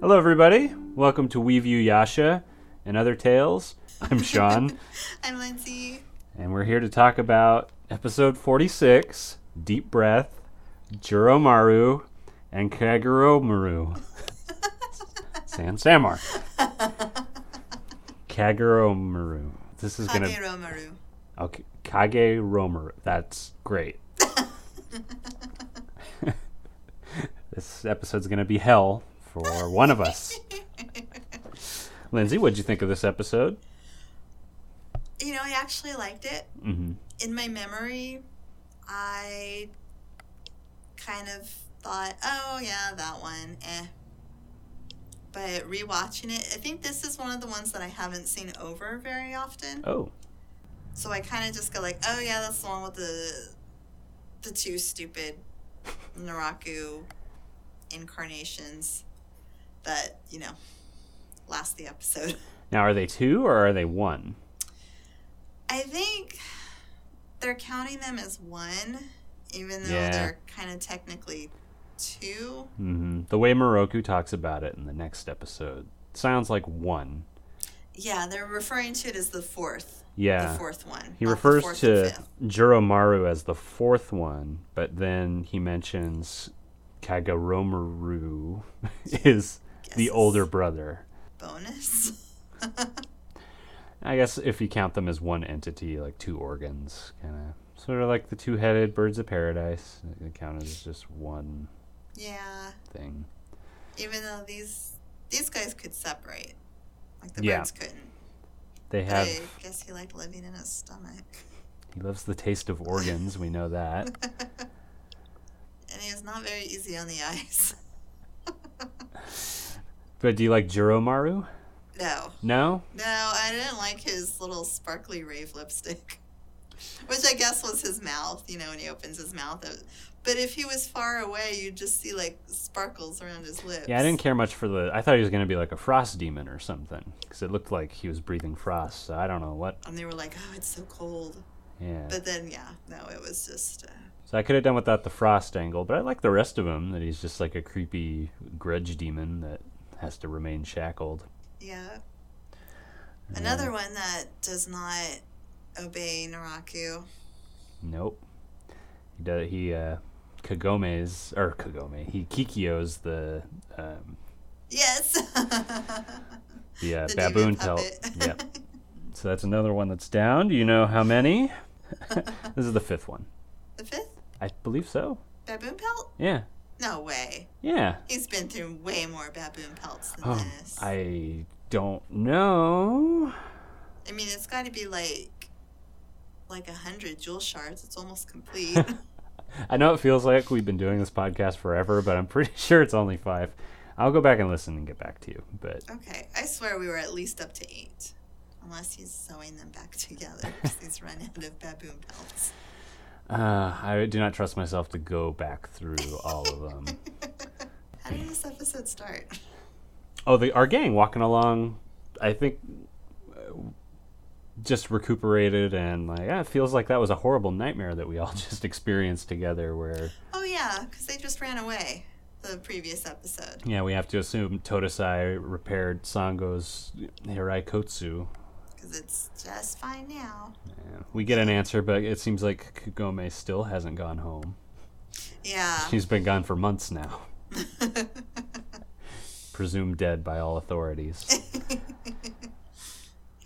Hello, everybody. Welcome to We View Yasha and Other Tales. I'm Sean, I'm Lindsay. and we're here to talk about episode 46 Deep Breath, Juromaru, and Kagoromaru. San Samar. Kagoromaru. This is going to. Kagero Maru. Okay, Kage Romer. That's great. this episode's gonna be hell for one of us. Lindsay, what'd you think of this episode? You know, I actually liked it. Mm-hmm. In my memory, I kind of thought, oh, yeah, that one, eh. But rewatching it, I think this is one of the ones that I haven't seen over very often. Oh, So I kind of just go like, oh, yeah, that's the one with the the two stupid Naraku incarnations that, you know, last the episode. now are they two or are they one? I think they're counting them as one, even though Yeah. they're kind of technically two. Mm-hmm. The way Moroku talks about it in the next episode sounds like one. Yeah, they're referring to it as the fourth, Yeah, the fourth one. he not the refers fourth and to fifth. Juromaru as the fourth one, but then he mentions Kagoromaru is the Guesses. older brother. bonus. I guess if you count them as one entity, like two organs, kind of sort of like the two-headed birds of paradise, they count as just one yeah, thing. even though these these guys could separate, like the Yeah. birds couldn't. They But have. I guess he liked living in his stomach, He loves the taste of organs. We know that. and he was not very easy on the eyes. But do you like Juromaru? no, No. No, I didn't like his little sparkly rave lipstick, which I guess was his mouth. You know, when he opens his mouth, it- but if he was far away, you'd just see like sparkles around his lips. Yeah, I didn't care much for the. I thought he was gonna be like a frost demon or something, because it looked like he was breathing frost. So I don't know what. And they were like, "Oh, it's so cold," Yeah. but then yeah, no, it was just uh, So I could have done without the frost angle, but I like the rest of him. That he's just like a creepy grudge demon that has to remain shackled. yeah. Another one that does not obey Naraku. Nope. He does, he uh Kagome's or Kagome. He Kikyo's the um Yes. the, uh, The demon baboon pelt. puppet. yep. So that's another one that's down. Do you know how many? this is the fifth one. the fifth I believe so. baboon pelt? Yeah. No way. Yeah. He's been through way more baboon pelts than Um, this. I don't know. I mean, it's got to be like like a hundred jewel shards. It's almost complete. I know it feels like we've been doing this podcast forever, but I'm pretty sure it's only five. I'll go back and listen and get back to you. But okay, I swear we were at least up to eight, unless he's sewing them back together 'cause he's run out of baboon pelts. uh, I do not trust myself to go back through all of them. How did this episode start? Oh, the, our gang walking along, I think, uh, just recuperated and like, ah, it feels like that was a horrible nightmare that we all just experienced together. Where Oh yeah, because they just ran away the previous episode. yeah, we have to assume Todesai repaired Sango's Hiraikotsu. Because it's just fine now. Yeah. We get an answer, but it seems like Kagome still hasn't gone home. Yeah. She's been gone for months now. Presumed dead by all authorities.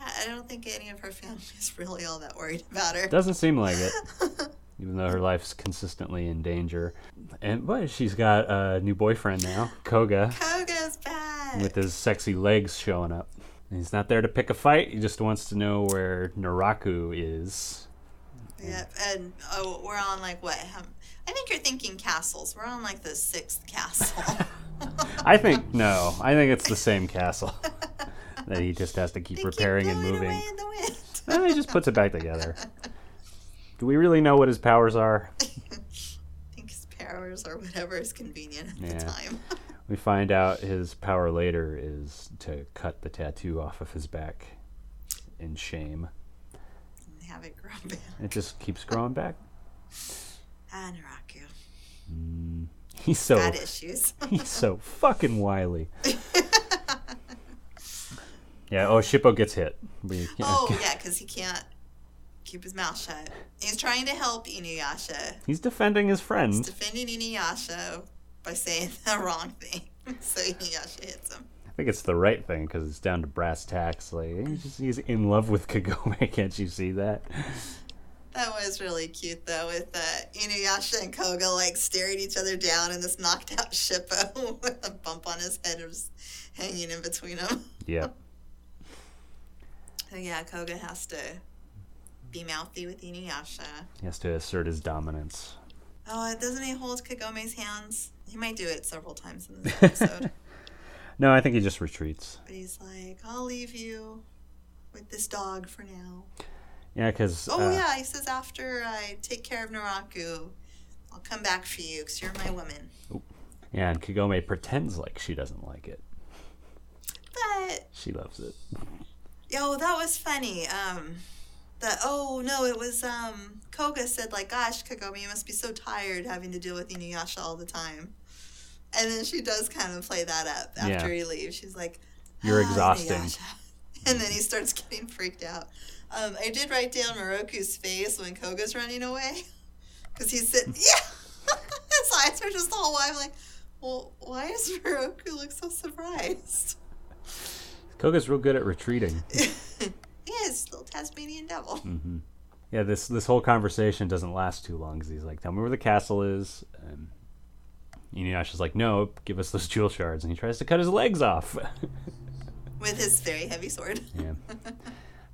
Yeah, I don't think any of her family is really all that worried about her. Doesn't seem like it, even though her life's consistently in danger. And but she's got a new boyfriend now, Koga, Koga's back. with his sexy legs showing up. And he's not there to pick a fight. He just wants to know where Naraku is. Yep, and oh, we're on like what? How, I think you're thinking castles. We're on like the sixth castle. I think no. I think it's the same castle that he just has to keep They keep repairing and blowing moving. away in the wind. Then Eh, he just puts it back together. Do we really know what his powers are? I think his powers or whatever is convenient at Yeah. the time. We find out his power later is to cut the tattoo off of his back in shame. and have it grow back. It just keeps growing back. Anaraku. He's so Bad issues. he's so fucking wily. Yeah. Oh, Shippo gets hit. We, oh, yeah, because he can't keep his mouth shut. He's trying to help Inuyasha, He's defending his friend. defending Inuyasha by saying the wrong thing. so Inuyasha hits him. I think it's the right thing because it's down to brass tacks. Like he's, just, he's in love with Kagome. Can't you see that? That was really cute, though, with uh, Inuyasha and Koga like staring each other down and this knocked out Shippo with a bump on his head was hanging in between them. Yep. So, yeah, Koga has to be mouthy with Inuyasha. He has to assert his dominance. Oh, doesn't he hold Kagome's hands? He might do it several times in this episode. No, I think he just retreats. but he's like, I'll leave you with this dog for now. Yeah, uh, because Oh, yeah, he says, after I take care of Naraku, I'll come back for you because you're my woman. yeah, and Kagome pretends like she doesn't like it. But, She loves it. yo, Oh, that was funny. Um, the, oh, no, it was, um, Koga said, like, gosh, Kagome, you must be so tired having to deal with Inuyasha all the time. And then she does kind of play that up after he leaves. She's like, You're "Ah, exhausting. Inuyasha." And then he starts getting freaked out. Um, I did write down Moroku's face when Koga's running away. Because he's Hmm. sitting, yeah! His eyes are just all wide. I'm like, well, why does Moroku look so surprised? Koga's real good at retreating. Mm-hmm. He is little Tasmanian devil. Yeah, this this whole conversation doesn't last too long because he's like, "Tell me where the castle is." And Inuyasha's like, "No, give us those jewel shards," and he tries to cut his legs off. With his very heavy sword. Yeah.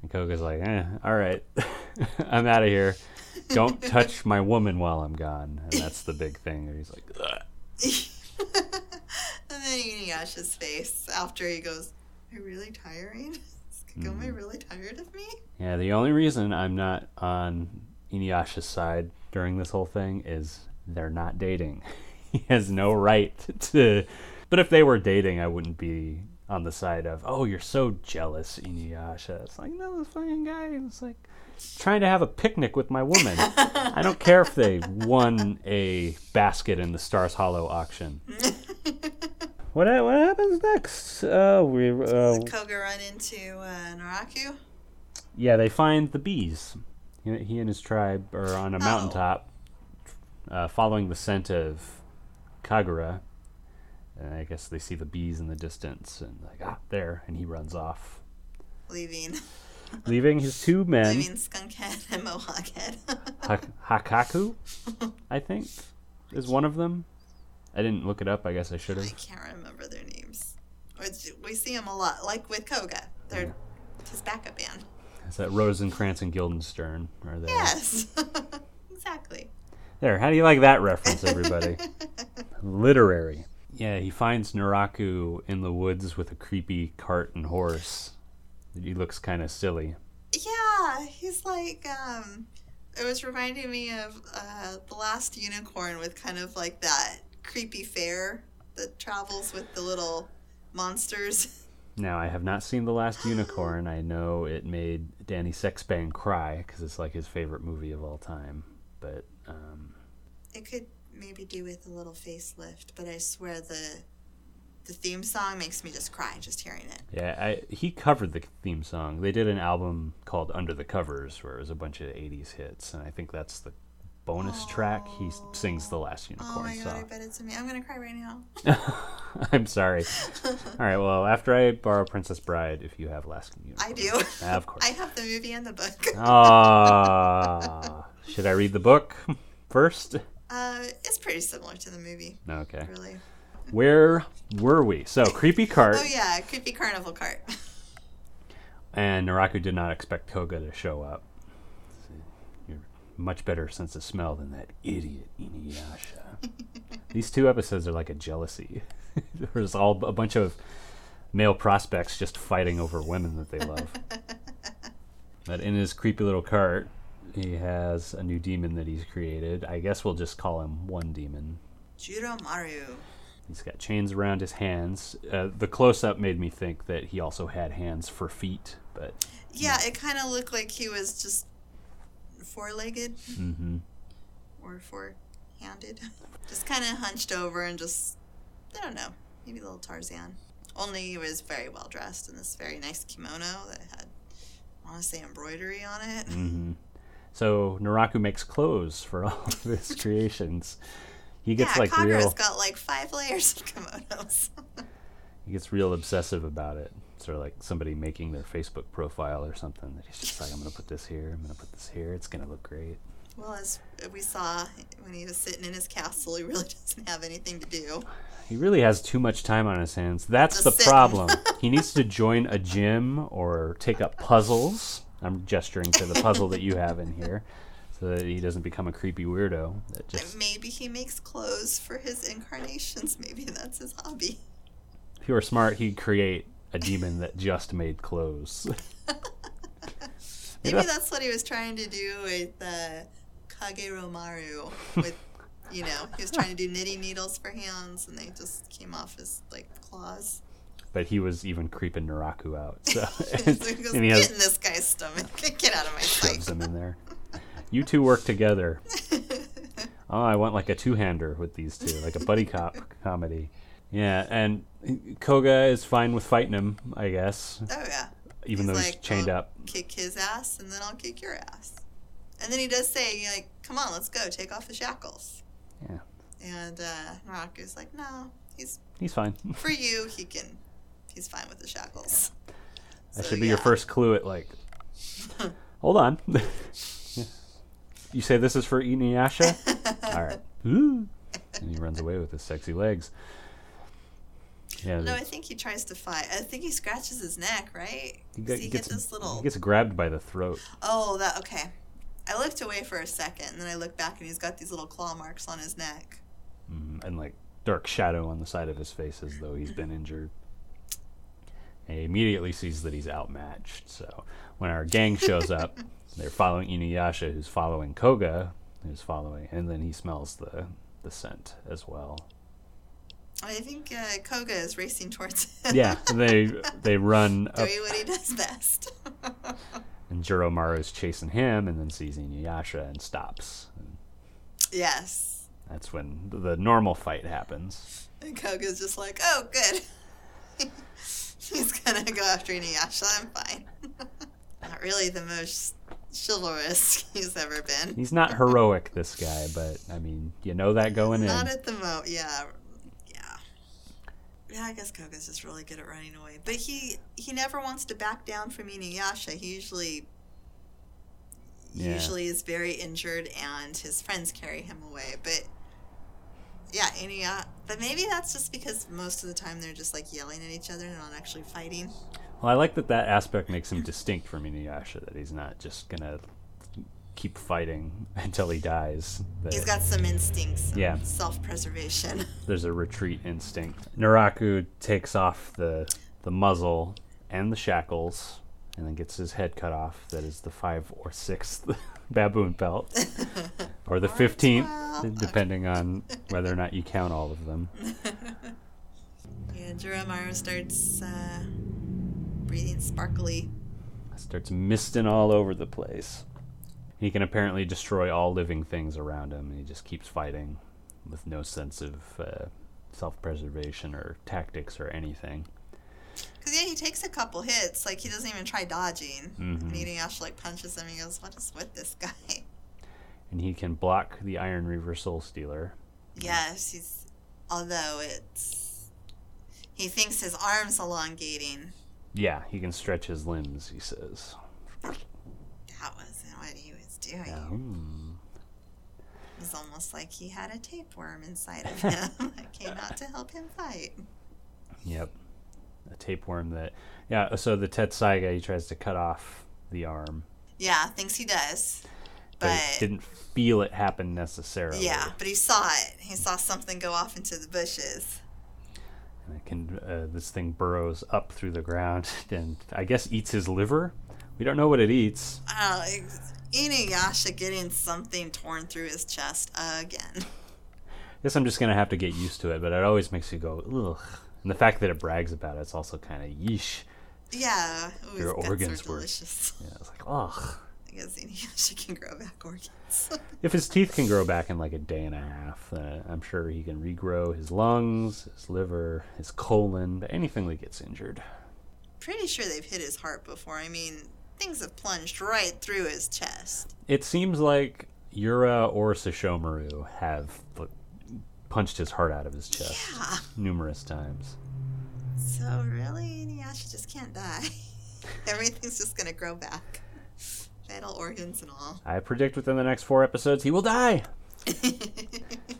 And Koga's like, eh, all right, I'm out of here. Don't touch my woman while I'm gone. And that's the big thing. And he's like, Ugh. And then Inuyasha's face after he goes, Are you really tiring? Is Kagome Mm-hmm. really tired of me? yeah, the only reason I'm not on Inuyasha's side during this whole thing is they're not dating. he has no right to. But if they were dating, I wouldn't be on the side of, oh, you're so jealous, Inuyasha. It's like, no, this fucking guy is like trying to have a picnic with my woman. I don't care if they won a basket in the Stars Hollow auction. what ha- what happens next? Uh, we uh, Koga run into uh, Naraku. yeah, they find the bees. He, he and his tribe are on a mountaintop, uh, following the scent of Kagura. And I guess they see the bees in the distance, and like ah, there, and he runs off, Leaving, leaving his two men, leaving Skunkhead and Mohawkhead. Hak- Hakaku, I think, is one of them. I didn't look it up. I guess I should I have. can't remember their names. Which we see them a lot, like with Koga. They're his backup band. Is that Rosencrantz and Guildenstern are there? Yes, exactly. There. How do you like that reference, everybody? Literary. Yeah, he finds Naraku in the woods with a creepy cart and horse. He looks kind of silly. Yeah, he's like, um, it was reminding me of uh, The Last Unicorn with kind of like that creepy fair that travels with the little monsters. Now, I have not seen The Last Unicorn. I know it made Danny Sexbang cry because it's like his favorite movie of all time. But um, It could maybe do with a little facelift, but I swear the the theme song makes me just cry just hearing it. yeah, I, he covered the theme song. They did an album called Under the Covers where it was a bunch of 80s hits. And I think that's the bonus track. He s- sings The Last Oh Unicorn my god, I song. bet it's me. I'm gonna cry right now. I'm sorry. All right. Well, after I borrow Princess Bride, if you have Last Unicorn, I do. Ah, of course. Uh, I have the movie and the book. Ah, should I read the book first? Uh, it's pretty similar to the movie, Okay. really. Where were we? So creepy cart, Oh yeah, creepy carnival cart. and Naraku did not expect Koga to show up. You're much better sense of smell than that idiot Inuyasha. These two episodes are like a jealousy. There's all a bunch of male prospects just fighting over women that they love. but in his creepy little cart, he has a new demon that he's created. I guess we'll just call him one demon. Juromaru. He's got chains around his hands. Uh, the close up made me think that he also had hands for feet, but Yeah, it kind of looked like he was just four legged hmm or four handed. Just kind of hunched over and just, I don't know, maybe a little Tarzan. Only he was very well dressed in this very nice kimono that had, I want to say, embroidery on it. Mm, Mm-hmm. so Naraku makes clothes for all of his creations. He Yeah, gets like Kagura's real got like five layers of kimonos. he gets real obsessive about it. Sort of like somebody making their Facebook profile or something. That he's just like, I'm gonna put this here. I'm gonna put this here. It's gonna look great. well, as we saw when he was sitting in his castle, he really doesn't have anything to do. He really has too much time on his hands. That's Just the sitting. problem. he needs to join a gym or take up puzzles. I'm gesturing to the puzzle that you have in here, so that he doesn't become a creepy weirdo. That just Maybe he makes clothes for his incarnations. Maybe that's his hobby. if he were smart, he'd create a demon that just made clothes. Maybe that's- that's what he was trying to do with the Kageromaru. With, you know, he was trying to do knitting needles for hands, and they just came off as like claws. but he was even creeping Naraku out. So So he goes, and he get has in this guy's stomach. Get out of my shoves sight. him in there. You two work together. Oh, I want like a two-hander with these two, like a buddy cop comedy. Yeah, and Koga is fine with fighting him, I guess, Oh yeah. even though he's like, "Oh." chained "I'll up. Kick his ass, and then I'll kick your ass. And then he does say, you like, come on, let's go, take off the shackles. Yeah, And uh, Naraku's like, no, he's he's fine. for you. He can, he's fine with the shackles. That So, should be your yeah. first clue at like. Hold on. you say this is for Inuyasha? All right. Ooh. And he runs away with his sexy legs. Yeah. No, the- I think he tries to fight. I think he scratches his neck, right? 'Cause he, gets, this little. he gets grabbed by the throat. Oh, that okay. I looked away for a second, and then I looked back, and he's got these little claw marks on his neck. Mm, and like dark shadow on the side of his face as though he's been injured. And he immediately sees that he's outmatched. So when our gang shows up, they're following Inuyasha, who's following Koga, who's following, and then he smells the the scent as well. I think uh, Koga is racing towards him. Yeah, Oh. they they run up, doing what he does best. and Jiromaru's chasing him, and then sees Inuyasha and stops. yes. That's when the normal fight happens. And Koga's just like, oh, good. He's gonna go after Inuyasha. I'm fine. Not really the most chivalrous he's ever been. He's not heroic, this guy, but I mean, you know that going in. Not at the moment. Yeah, yeah, yeah. I guess Koga's just really good at running away, but he he never wants to back down from Inuyasha. He usually Yeah. usually is very injured, and his friends carry him away. But yeah, Inuyasha. But maybe that's just because most of the time they're just like yelling at each other and not actually fighting. Well, I like that that aspect makes him distinct from Inuyasha, that he's not just gonna keep fighting until he dies. That He's got some instincts. and Yeah. self-preservation. there's a retreat instinct. Naraku takes off the the muzzle and the shackles, and then gets his head cut off. That is the five or sixth baboon pelt, or the fifteenth, twelve. depending on whether or not you count all of them. Yeah, Jiramaru starts uh, breathing sparkly. starts misting all over the place. He can apparently destroy all living things around him, and he just keeps fighting with no sense of uh, self preservation or tactics or anything. Cause yeah, he takes a couple hits. Like he doesn't even try dodging. Mm-hmm. And Inuyasha like punches him. He goes, "What is with this guy?" And he can block the Iron Reaver Soul Stealer. Yes, he's. Although it's, he thinks his arms elongating. Yeah, he can stretch his limbs, he says. That wasn't what he was doing. Um, It was almost like he had a tapeworm inside of him that came out to help him fight. yep. A tapeworm that. Yeah, so the Tetsaiga, he tries to cut off the arm, Yeah, thinks he does, but, but, he didn't feel it happen necessarily. yeah, but he saw it. He saw something go off into the bushes. and it can uh, this thing burrows up through the ground and I guess eats his liver. We don't know what it eats. Oh, ex- Inuyasha getting something torn through his chest again. guess I'm just gonna have to get used to it, but it always makes you go ugh. And the fact that it brags about it's also kind of yeesh. Yeah, ooh, Your his guts are organs were- delicious. Yeah, it's like ugh. I guess Inuyasha can grow back organs. If his teeth can grow back in like a day and a half, uh, I'm sure he can regrow his lungs, his liver, his colon, but anything that gets injured. Pretty sure they've hit his heart before. I mean, things have plunged right through his chest. It seems like Yura or Sashomaru have like, punched his heart out of his chest Yeah. numerous times. So really, Inuyasha just can't die. Everything's just gonna grow back, vital organs and all. I predict within the next four episodes he will die.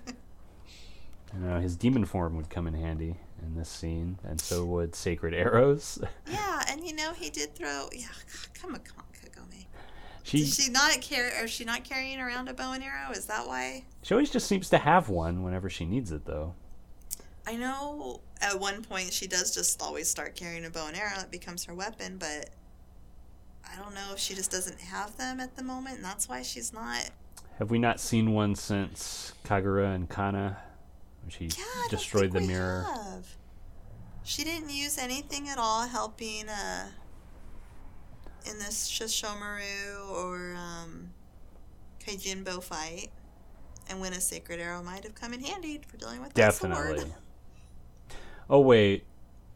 You know, his demon form would come in handy in this scene, and so would sacred arrows. yeah, and you know he did throw. Yeah, God, come on, come on, Kagome. she Is she not carry? Is she not carrying around a bow and arrow? Is that why? she always just seems to have one whenever she needs it, though. I know at one point she does just always start carrying a bow and arrow. It becomes her weapon, but I don't know if she just doesn't have them at the moment, and that's why she's not. Have we not seen one since Kagura and Kana? when She Yeah, I don't destroyed think the we mirror. Have. She didn't use anything at all helping uh, in this Shishomaru or um, Kaijinbo fight. And when a sacred arrow might have come in handy for dealing with that sword. Definitely. Oh wait,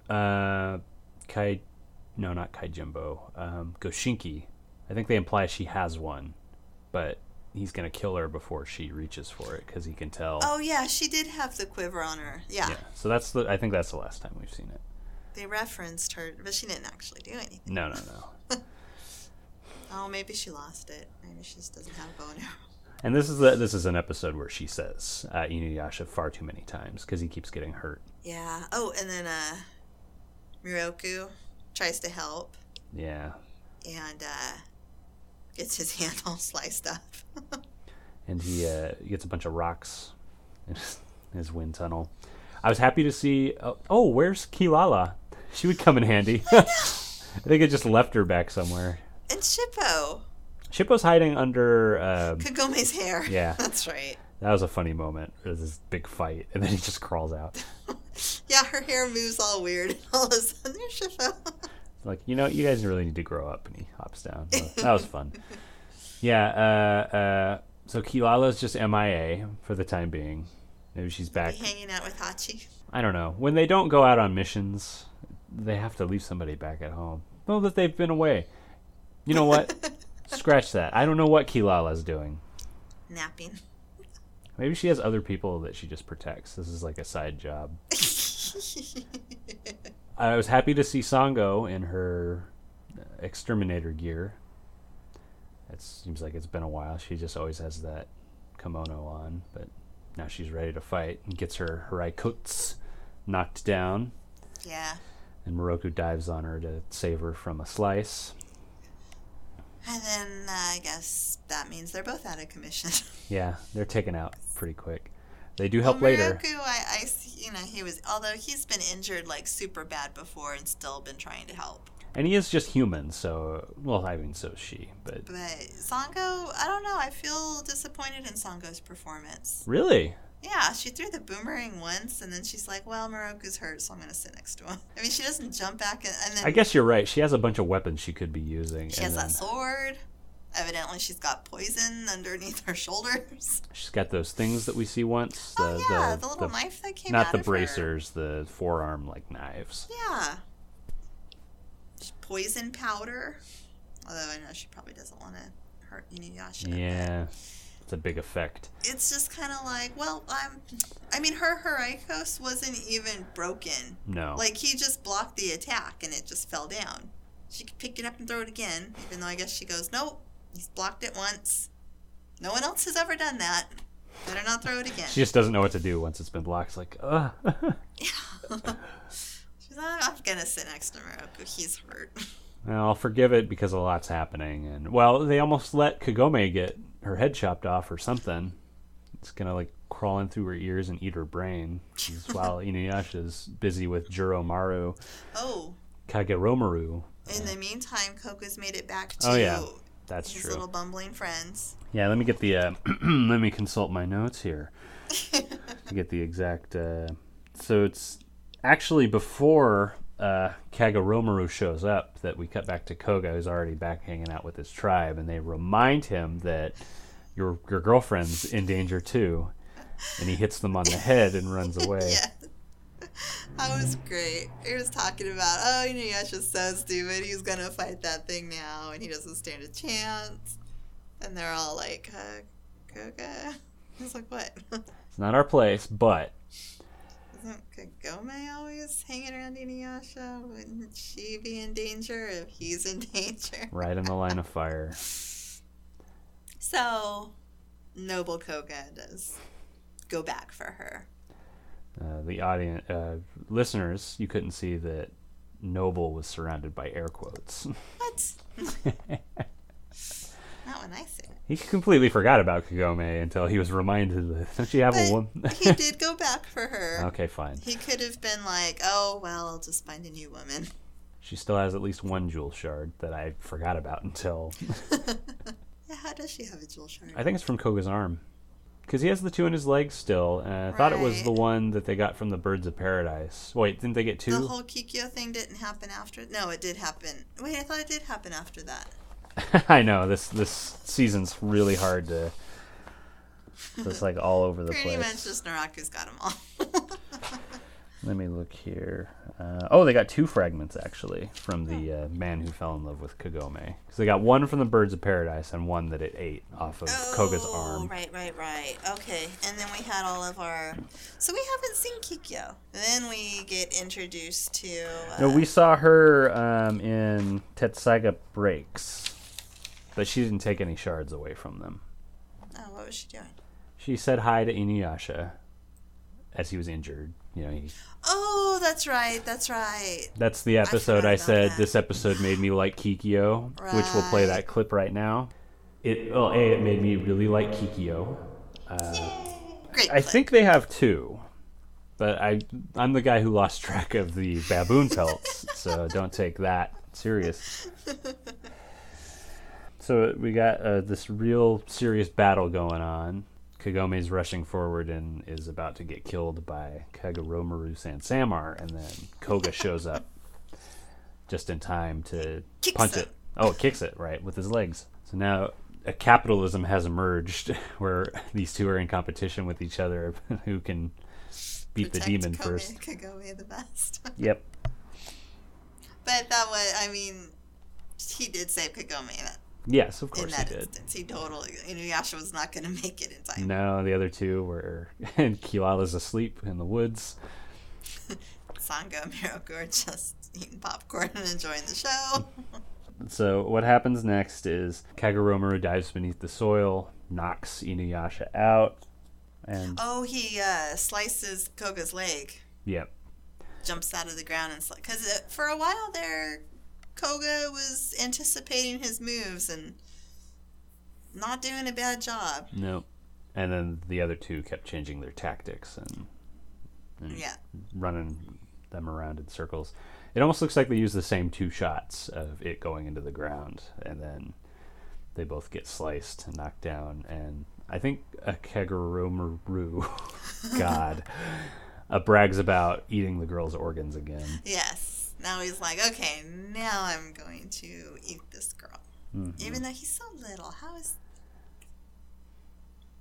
uh, Kai, no, not Kai Jimbo. Um, Goshinki. I think they imply she has one, but he's gonna kill her before she reaches for it because he can tell. Oh yeah, she did have the quiver on her. Yeah, Yeah. So that's the. I think that's the last time we've seen it. they referenced her, but she didn't actually do anything. No, no, no. Oh, maybe she lost it. Maybe she just doesn't have a bow and arrow. And this is the, this is an episode where she says uh, Inuyasha far too many times because he keeps getting hurt. Yeah. Oh, and then uh, Miroku tries to help Yeah. and uh, gets his hand all sliced up. and he uh, gets a bunch of rocks in his- his wind tunnel. I was happy to see. Uh, oh, where's Kilala? She would come in handy. I think I just left her back somewhere. and Shippo, Shippo's hiding under. Um, Kagome's hair. Yeah. That's right. that was a funny moment. There's this big fight, and then he just crawls out. Yeah, her hair moves all weird. and All of a sudden, there's Shippo. Like you know, you guys really need to grow up. And he hops down. So that was fun. Yeah. Uh, uh, so Kilala's just MIA for the time being. Maybe she's back Hanging out with Hachi. I don't know. When they don't go out on missions, they have to leave somebody back at home. Well, that they've been away. You know what? Scratch that. I don't know what Kilala's doing. Napping. Maybe she has other people that she just protects. This is like a side job. I was happy to see Sango in her uh, exterminator gear. It seems like it's been a while. She just always has that kimono on, but now she's ready to fight and gets her Haraikuts knocked down. yeah. and Moroku dives on her to save her from a slice. And then uh, I guess that means they're both out of commission. Yeah, they're taken out pretty quick. They do help later. Miroku, I, I s- you know, he was, although he's been injured like super bad before and still been trying to help. And he is just human, so, well, I mean, so is she, but. But Sango, I don't know. I feel disappointed in Sango's performance. Really? Yeah, she threw the boomerang once, and then she's like, "Well, Moroku's hurt, so I'm gonna sit next to him." I mean, she doesn't jump back, and, and then I guess you're right. She has a bunch of weapons she could be using. she and has that then sword. Evidently, she's got poison underneath her shoulders. she's got those things that we see once. The, oh yeah, the, little knife that came Not out the of her. bracers, the forearm, like knives. Yeah. Just Poison powder. Although I know she probably doesn't want to hurt Inuyasha. but Yeah. It's a big effect. It's just kind of like, well, I'm. I mean, her Herikos wasn't even broken. No. Like, he just blocked the attack and it just fell down. She could pick it up and throw it again, even though I guess she goes, nope, he's blocked it once. No one else has ever done that. Better not throw it again. she just doesn't know what to do once it's been blocked. It's like, ugh. She's like, I'm going to sit next to Moroku. He's hurt. Well, I'll forgive it because a lot's happening, and well, they almost let Kagome get her head chopped off or something. It's gonna like crawl in through her ears and eat her brain is while Inuyasha's busy with Juromaru Oh, Kageromaru. in the meantime, Coco's made it back to Mm. Oh, yeah. That's his true. little bumbling friends. Yeah, let me get the uh, let me consult my notes here to get the exact. Uh, so it's actually before uh, Kagoromaru shows up that we cut back to Koga, who's already back hanging out with his tribe, and they remind him that your your girlfriend's in danger too, and he hits them on the head and runs away. Yeah. That was great. He was talking about, oh, you know, Yasha's so stupid. He's going to fight that thing now, and he doesn't stand a chance. And they're all like, uh, Koga? He's like, what? It's not our place, but Isn't Kagome always hanging around Inuyasha? Wouldn't she be in danger if he's in danger? right in the line of fire. So, Noble Koga does go back for her. Uh, the audience uh, listeners, you couldn't see that Noble was surrounded by air quotes. What? Not when I say it. He completely forgot about Kagome until he was reminded that don't you have a woman? But he did go back for her. okay, fine. He could have been like, oh, well, I'll just find a new woman. She still has at least one jewel shard that I forgot about until Yeah, How does she have a jewel shard? I think it's from Koga's arm. Because he has the two in his leg still, and I thought it was Right. the one that they got from the Birds of Paradise. Wait, didn't they get two? The whole Kikyo thing didn't happen after. No, it did happen. Wait, I thought it did happen after that. I know this this season's really hard to. It's like all over the Pretty place. much just Naraku's got them all. Let me look here. Uh, oh, they got two fragments actually from the uh, man who fell in love with Kagome. So they got one from the Birds of Paradise and one that it ate off of Koga's arm. Oh, Right, right, right. Okay. And then we had all of our. So we haven't seen Kikyo. Then we get introduced to. Uh, No, we saw her um, in Tetsaiga Breaks, but she didn't take any shards away from them. oh, what was she doing? She said hi to Inuyasha as he was injured. You know, he, Oh, that's right. That's right. that's the episode I, about said that. this episode made me like Kikyo, which we'll play Right. that clip right now. It well, a it made me really like Kikyo. Great. I clip. think they have two, but I I'm the guy who lost track of the baboon pelts, so don't take that serious. So we got uh, this real serious battle going on. Kagome's rushing forward and is about to get killed by Kagoromaru Sansamar, and then Koga shows up just in time to Kicks punch it. it. Oh, it kicks it right with his legs. So now a capitalism has emerged where these two are in competition with each other who can beat the Protect demon Kome- first. Kagome the best. Yep. but that was. I mean, he did save Kagome in that, Yes, of in course he that did. instance. He totally. Inuyasha was not going to make it in time. No, the other two were and Kilala's asleep in the woods. Sangha and Miroku are just eating popcorn and enjoying the show. So what happens next is Kagoromaru dives beneath the soil, knocks Inuyasha out, and Oh, he uh, slices Koga's leg, yep, jumps out of the ground, and because for a while there, Koga was anticipating his moves and not doing a bad job. no, and then the other two kept changing their tactics and Hmm. Yeah, running them around in circles. It almost looks like they use the same two shots of it going into the ground, and then they both get sliced and knocked down. And I think a Kagoromaru, God, uh, brags about eating the girl's organs again. yes. Now he's like, okay, now I'm going to eat this girl, Mm-hmm. even though he's so little. How is?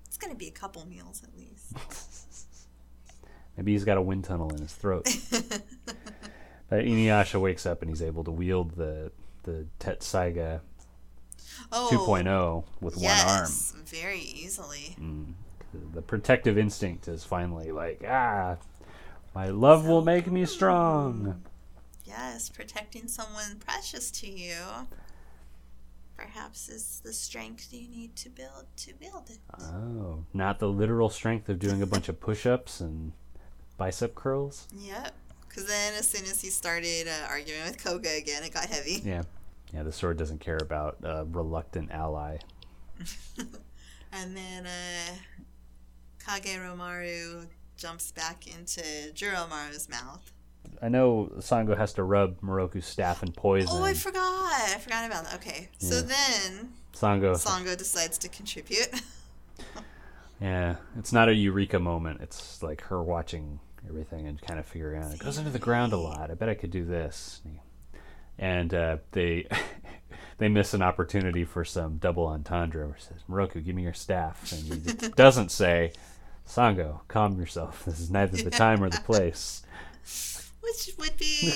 It's gonna be a couple meals at least. Maybe he's got a wind tunnel in his throat. but Inuyasha wakes up and he's able to wield the the Tetsaiga Oh, 2.0 with one arm. Mm. yes, very easily. the protective instinct is finally like ah my love will make me strong Yes, protecting someone precious to you perhaps is the strength you need to build to wield it. oh not the literal strength of doing a bunch of push-ups and bicep curls Yep. Because then, as soon as he started uh, arguing with Koga again, it got heavy. yeah yeah the sword doesn't care about a reluctant ally And then uh, Kageromaru jumps back into Jiromaru's mouth. I know Sango has to rub Moroku's staff in poison. Oh, I forgot. I forgot about that. Okay. So then Sango. Sango decides to contribute. Yeah, it's not a eureka moment. It's like her watching everything and kind of figuring out it goes into the ground a lot. I bet I could do this. And uh, they they miss an opportunity for some double entendre. Where it says Moroku, give me your staff, and he just doesn't say, Sango, calm yourself. This is neither the time or the place. Which would be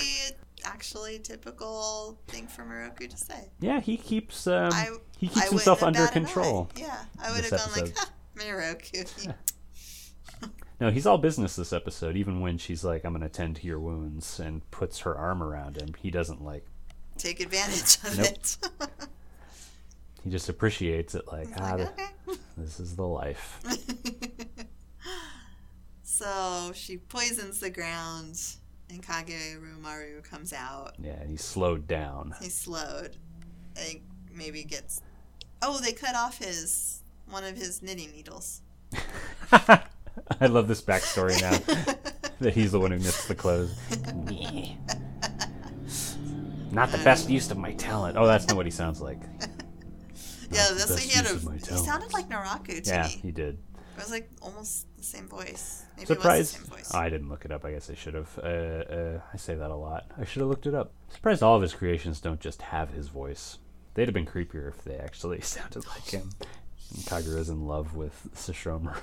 actually typical thing for Moroku to say. Yeah, he keeps um, I, he I keeps wouldn't himself have under batted an control. eye. Yeah, I would this have gone like, episode. ha, Miroku. you No, he's all business this episode. Even when she's like, "I'm going to tend to your wounds," and puts her arm around him, he doesn't like. Take advantage of Nope. it. He just appreciates it. Like, ah, th- like, okay. this is the life. So she poisons the ground, and Kageru Maru comes out. Yeah, and he's slowed down. He's slowed. Like maybe gets. Oh, they cut off his one of his knitting needles. I love this backstory now that he's the one who knits the clothes. Meh. Not the Um, best use of my talent. Oh, that's not what he sounds like. yeah, the that's best what he had. use A, of my he talent. sounded like Naraku to Yeah, me. he did. It was like almost the same voice. Maybe Surprised. it was the same voice. Oh, I didn't look it up. I guess I should have. Uh, uh, I say that a lot. I should have looked it up. Surprised all of his creations don't just have his voice. They'd have been creepier if they actually sounded like him. And Kagura's in love with Sashomaru.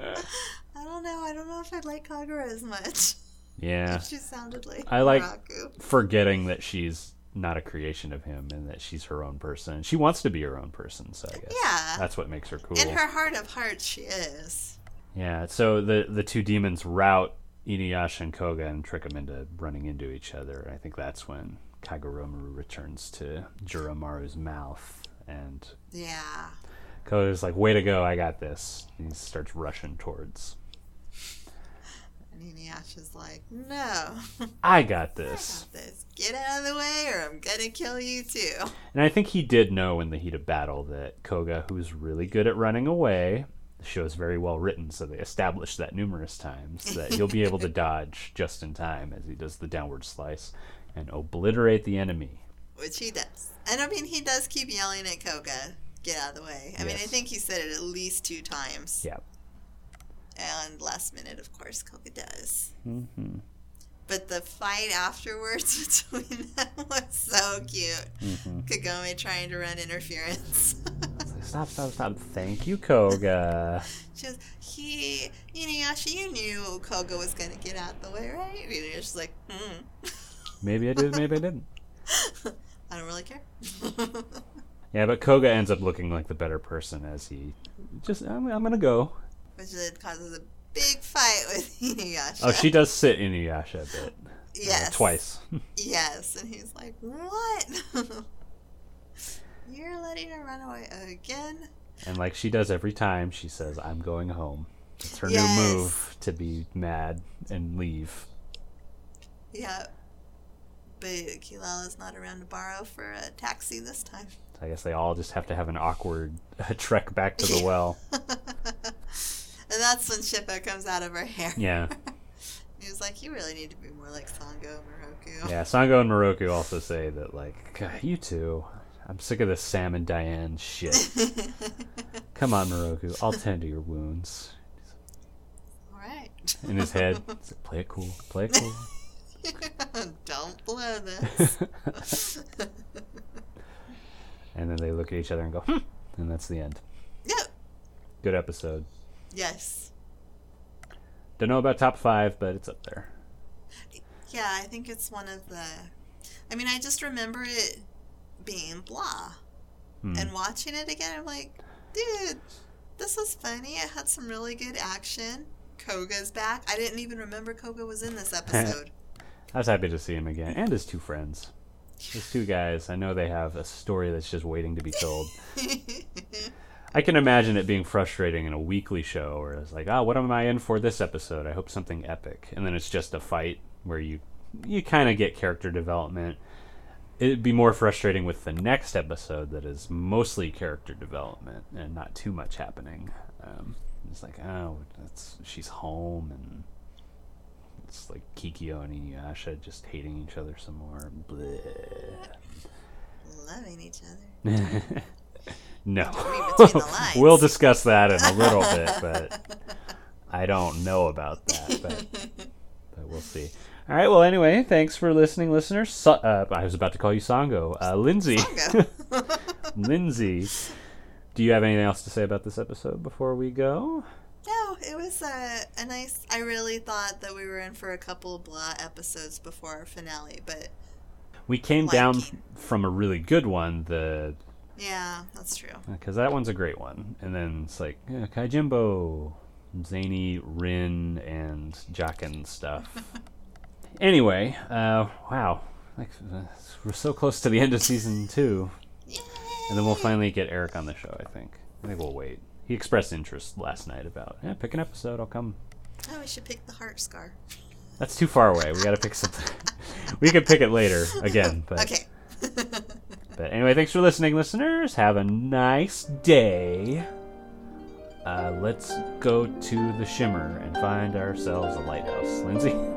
I don't know. I don't know if I'd like Kagura as much. yeah. she sounded like I like- Naraku. Forgetting that she's not a creation of him and that she's her own person. She wants to be her own person, so I guess Yeah. that's what makes her cool. In her heart of hearts, she is. Yeah, so the the two demons rout Inuyasha and Koga and trick them into running into each other. And I think that's when Kagoromaru returns to Juromaru's mouth, and Yeah. Koga's like, "Way to go! I got this." And he starts rushing towards. And Inuyasha's like, no, I got this, stop this. Get out of the way or I'm going to kill you too. and I think he did know in the heat of battle that Koga, who's really good at running away, the show's very well written, so they established that numerous times that he'll be able to dodge just in time as he does the downward slice and obliterate the enemy. Which he does. And I mean, he does keep yelling at Koga, get out of the way. I mean, I Yes. think he said it at least two times. Yeah. And last minute, of course, Koga does. Mm-hmm. But the fight afterwards between them was so cute. Kagome trying to run interference. Stop, stop, stop. Thank you, Koga. Just he Inuyasha, you knew Koga was gonna get out the way, right? And Inuyasha's like, hmm, Maybe I did, maybe I didn't. I don't really care. Yeah, but Koga ends up looking like the better person as he just, I'm, I'm gonna go. Which then causes a big fight with Inuyasha. Oh, she does sit in Inuyasha a bit. uh, yes twice. Yes, and he's like, what? You're letting her run away again? And like she does every time, she says, I'm going home. It's her Yes. new move to be mad and leave. Yeah. But Kilala's not around to borrow for a taxi this time. I guess they all just have to have an awkward trek back to the well. and that's when Shippo comes out of her hair. Yeah. He was like, you really need to be more like Sango Moroku. Yeah, Sango and Moroku also say that, like, "God, you two, I'm sick of this Sam and Diane shit. Come on, Moroku, I'll tend to your wounds. All right. In his head, he's like, play it cool, play it cool. Don't blow this. and then they look at each other and go, hmm. And that's the end. yep. Good episode. Yes. Don't know about top five, but it's up there. Yeah, I think it's one of the. I mean, I just remember it being blah. Hmm. And watching it again, I'm like, dude, this was funny. It had some really good action. Koga's back. I didn't even remember Koga was in this episode. I was happy to see him again, and his two friends. His two guys, I know they have a story that's just waiting to be told. I can imagine it being frustrating in a weekly show where it's like, oh, what am I in for this episode? I hope something epic. And then it's just a fight where you you kind of get character development. It'd be more frustrating with the next episode that is mostly character development and not too much happening. Um, It's like, oh, that's she's home, and it's like Kikyo and Inuyasha just hating each other some more. Loving each other. Bleh. no, Read between the lines. we'll discuss that in a little bit, but I don't know about that. But, but we'll see. All right. Well, anyway, thanks for listening, listeners. So, uh, I was about to call you Sango, uh, Lindsay. Sango. Lindsay, do you have anything else to say about this episode before we go? No, it was uh, a nice. I really thought that we were in for a couple blah episodes before our finale, but We came Like- down from a really good one, the yeah, that's true. because that one's a great one, and then it's like yeah, Kaijimbo, Zany, Rin, and Jockin stuff. anyway, uh, wow, like, uh, we're so close to the end of season two, Yay! and then we'll finally get Eric on the show. I think. I think we'll wait. He expressed interest last night about yeah, pick an episode. I'll come. Oh, we should pick the heart scar. That's too far away. We got to pick something. we could pick it later again. But, Okay. but anyway, thanks for listening, listeners. Have a nice day. Uh, let's go to the Shimmer and find ourselves a lighthouse. Lindsay?